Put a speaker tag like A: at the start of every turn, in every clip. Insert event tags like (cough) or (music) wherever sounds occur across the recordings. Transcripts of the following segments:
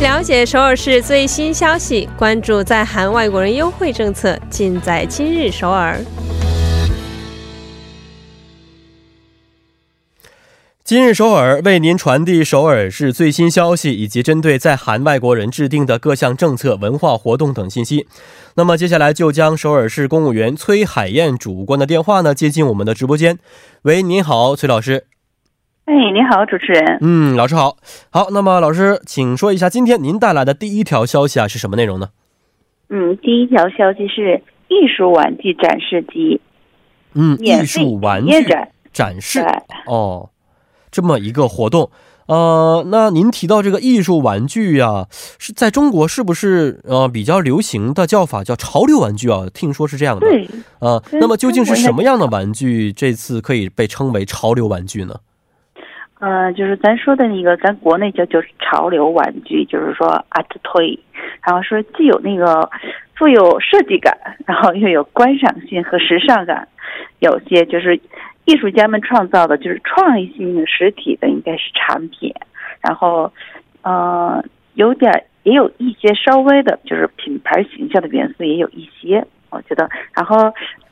A: 了解首尔市最新消息，关注在韩外国人优惠政策，尽在今日首尔。
B: 今日首尔为您传递首尔市最新消息，以及针对在韩外国人制定的各项政策、文化活动等信息。那么接下来就将首尔市公务员崔海燕主官的电话呢接进我们的直播间。喂，您好，崔老师。
C: 哎，你好，主持人。
B: 嗯，老师好。好，那么老师，请说一下今天您带来的第一条消息啊是什么内容呢？
C: 嗯，第一条消息是艺术玩具展示机
B: 嗯，
C: 免
B: 艺
C: 费呃
B: 术玩
C: 业
B: 具
C: 展。
B: 展示
C: 对，
B: 哦，这么一个活动。呃，那您提到这个艺术玩具呀、是在中国是不是呃比较流行的叫法叫潮流玩具啊？听说是这样的。
C: 对，
B: 呃，
C: 跟
B: 那么究竟是
C: 中国
B: 什么样的
C: 的
B: 玩具这次可以被称为潮流玩具呢？
C: 呃，就是咱说的那个，咱国内叫就是潮流玩具，就是说 art toy，然后说既有那个富有设计感，然后又有观赏性和时尚感，有些就是艺术家们创造的，就是创意性的实体的应该是产品，然后呃，有点儿也有一些稍微的，就是品牌形象的元素也有一些。我觉得，然后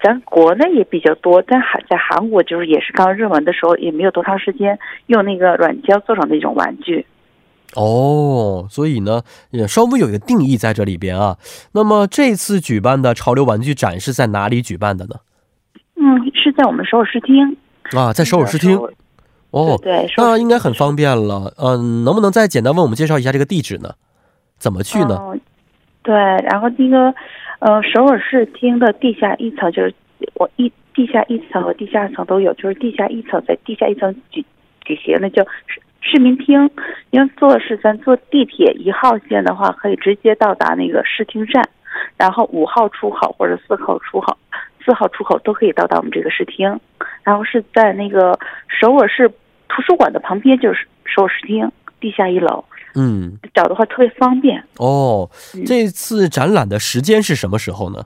C: 咱国内也比较多，但韩在韩国就是也是刚热门的时候，也没有多长时间，用那个软胶做成的一种玩具。
B: 哦，所以呢，也稍微有一个定义在这里边啊。那么这次举办的潮流玩具展是在哪里举办的呢？
C: 嗯，是在我们首尔市厅。
B: 啊，在首尔市厅。哦，
C: 对对，首嗯尔
B: 那
C: 市
B: 应该很方便了。嗯、能不能再简单为我们介绍一下这个地址呢？怎么去呢？
C: 嗯对，然后那个，呃，首尔市厅的地下一层就是我一地下一层和地下二层都有，就是地下一层在地下一层举举行的叫市市民厅，因为坐是咱坐地铁一号线的话，可以直接到达那个市厅站，然后五号出口或者四号出口。四号出口都可以到达我们这个市厅，然后是在那个首尔市图书馆的旁边，就是首尔市厅地下一楼，
B: 嗯，
C: 找的话特别方便。
B: 哦，
C: 嗯
B: 这次展览的时间是什么时候呢？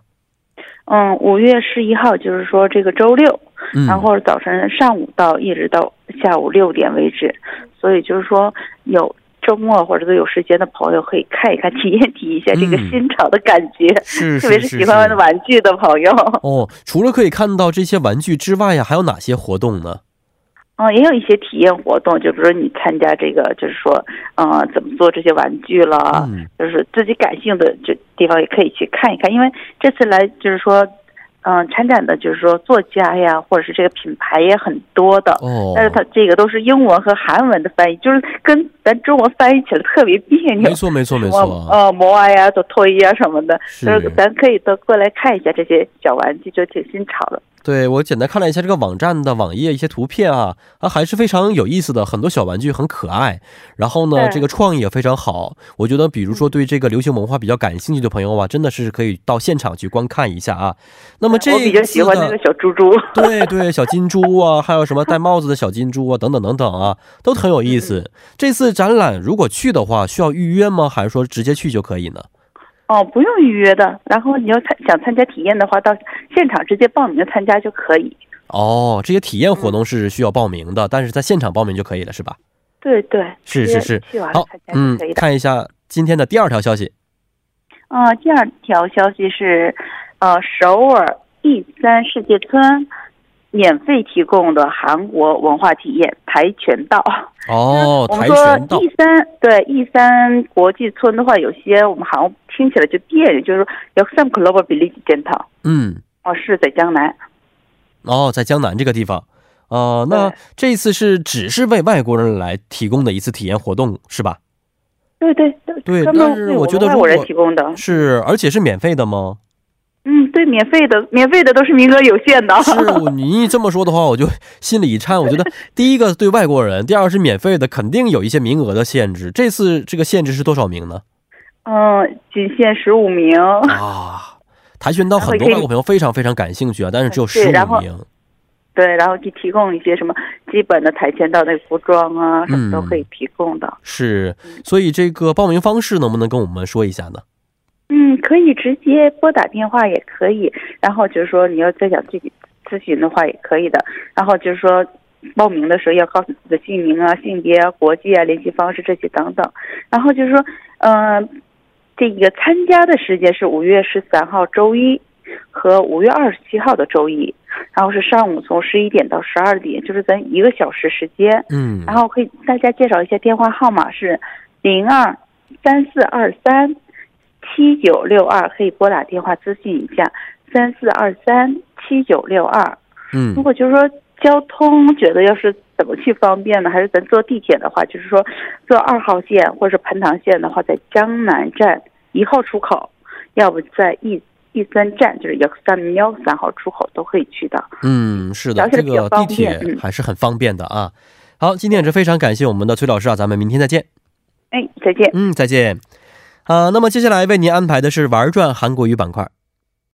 C: 嗯，五月十一号，就是说这个周六，
B: 嗯，
C: 然后早晨上午到一直到下午六点为止，所以就是说有周末或者都有时间的朋友可以看一看， (laughs) 体验体验一下这个
B: 嗯
C: 新潮的感觉，
B: 是
C: 特别是喜欢玩的。玩具的朋友，
B: 哦，除了可以看到这些玩具之外呀，还有哪些活动呢？
C: 嗯，也有一些体验活动，就比如说你参加这个，就是说，嗯、怎么做这些玩具了，
B: 嗯，
C: 就是自己感兴趣的这地方也可以去看一看，因为这次来就是说，嗯、参展的就是说作家呀，或者是这个品牌也很多的，
B: 哦，
C: 但是呃它这个都是英文和韩文的翻译，就是跟咱中文翻译起来特别别扭
B: 没。错，没错，没
C: 什
B: 错
C: 么
B: 啊。
C: 呃摩啊呀、做脱衣啊什么的，
B: 是
C: 就是咱可以都过来看一下这些小玩具，就挺新潮的。
B: 对我简单看了一下这个网站的网页一些图片啊，啊还是非常有意思的，很多小玩具很可爱，然后呢，
C: 对嗯
B: 这个创意也非常好。我觉得，比如说对这个流行文化比较感兴趣的朋友啊，真的是可以到现场去观看一下啊。那么这
C: 呃我比较喜欢
B: 次
C: 那
B: 的
C: 个小猪猪。
B: 对对，小金猪啊，还有什么戴帽子的小金猪啊，等等等等啊，都很有意
C: 嗯
B: 思。这次展览如果去的话，需要预约吗？还是说直接去就可以呢？
C: 哦，不用预约的。然后你要参想参加体验的话，到现场直接报名参加就可以。
B: 哦，这些体验
C: 嗯
B: 活动是需要报名的，但是在现场报名就可以了，是吧？
C: 对对，
B: 是
C: 直
B: 是
C: 接
B: 是
C: 去完了
B: 好
C: 参，加
B: 嗯
C: 就可以，的。
B: 看一下今天的第二条消息。
C: 嗯、第二条消息是，呃，首尔 E 三世界村免费提供的韩国文化体验跆拳道。
B: 哦，
C: 我
B: 跆
C: 们说
B: 拳道
C: E 三对 E 三国际村的话，有些我们好像听起来就别扭，就是역삼클럽을빌리지센터
B: 嗯，
C: 哦，是在江南。
B: 哦，在江南这个地方。呃，那
C: 对
B: 这次是只是为外国人来提供的一次体验活动是吧？
C: 对对
B: 对
C: 专
B: 但是
C: 门为
B: 我
C: 我
B: 觉
C: 们
B: 得
C: 外
B: 如
C: 国人
B: 果
C: 提供的。
B: 是，而且是免费的
C: (laughs)
B: 吗？
C: 嗯，对，免费的，免费的都是名额有限的。
B: 是，我你一这么说的话，我就心里一颤。我觉得第一个对外国人，第二个是免费的，肯定有一些名额的限制。这次这个限制是多少名呢？
C: (laughs) 嗯，仅限十五名。
B: 啊，跆拳道
C: 然后
B: 很多
C: 可以
B: 外国朋友非常非常感兴趣啊，但是只有十
C: 对然
B: 五
C: 后
B: 名。
C: 对，然后就提供一些什么基本的跆拳道那个服装啊，什
B: 嗯
C: 么都可以提供的。
B: 是，所以这个报名方式能不能跟我们说一下呢？
C: 嗯，可以直接拨打电话也可以，然后就是说你要再想具体咨询的话也可以的。然后就是说报名的时候要告诉自己的姓名啊、性别啊、国际啊、联系方式这些等等。然后就是说，嗯、这个参加的时间是五月十三号周一和五月二十七号的周一，然后是上午从十一点到十二点，就是咱一个小时时间。
B: 嗯，
C: 然后可以给大家介绍一下电话号码是零二三四二三七九六二，可以拨打电话咨询一下三四二三七九六二。
B: 嗯
C: 如果就是说交通觉得要是怎么去方便呢？还是咱坐地铁的话，就是说坐二号线或者是盘塘线的话，在江南站一号出口，要不在一一三站就是幺三零幺三号出口都可以去到。
B: 嗯，是的，
C: 了解
B: 这
C: 得比较
B: 个地
C: 方便
B: 铁
C: 嗯
B: 还是很方便的啊。好，今天也是非常感谢我们的崔老师啊，咱们明天再见。
C: 哎，再见。
B: 嗯，再见。啊，那么接下来为您安排的是玩转韩国语板块。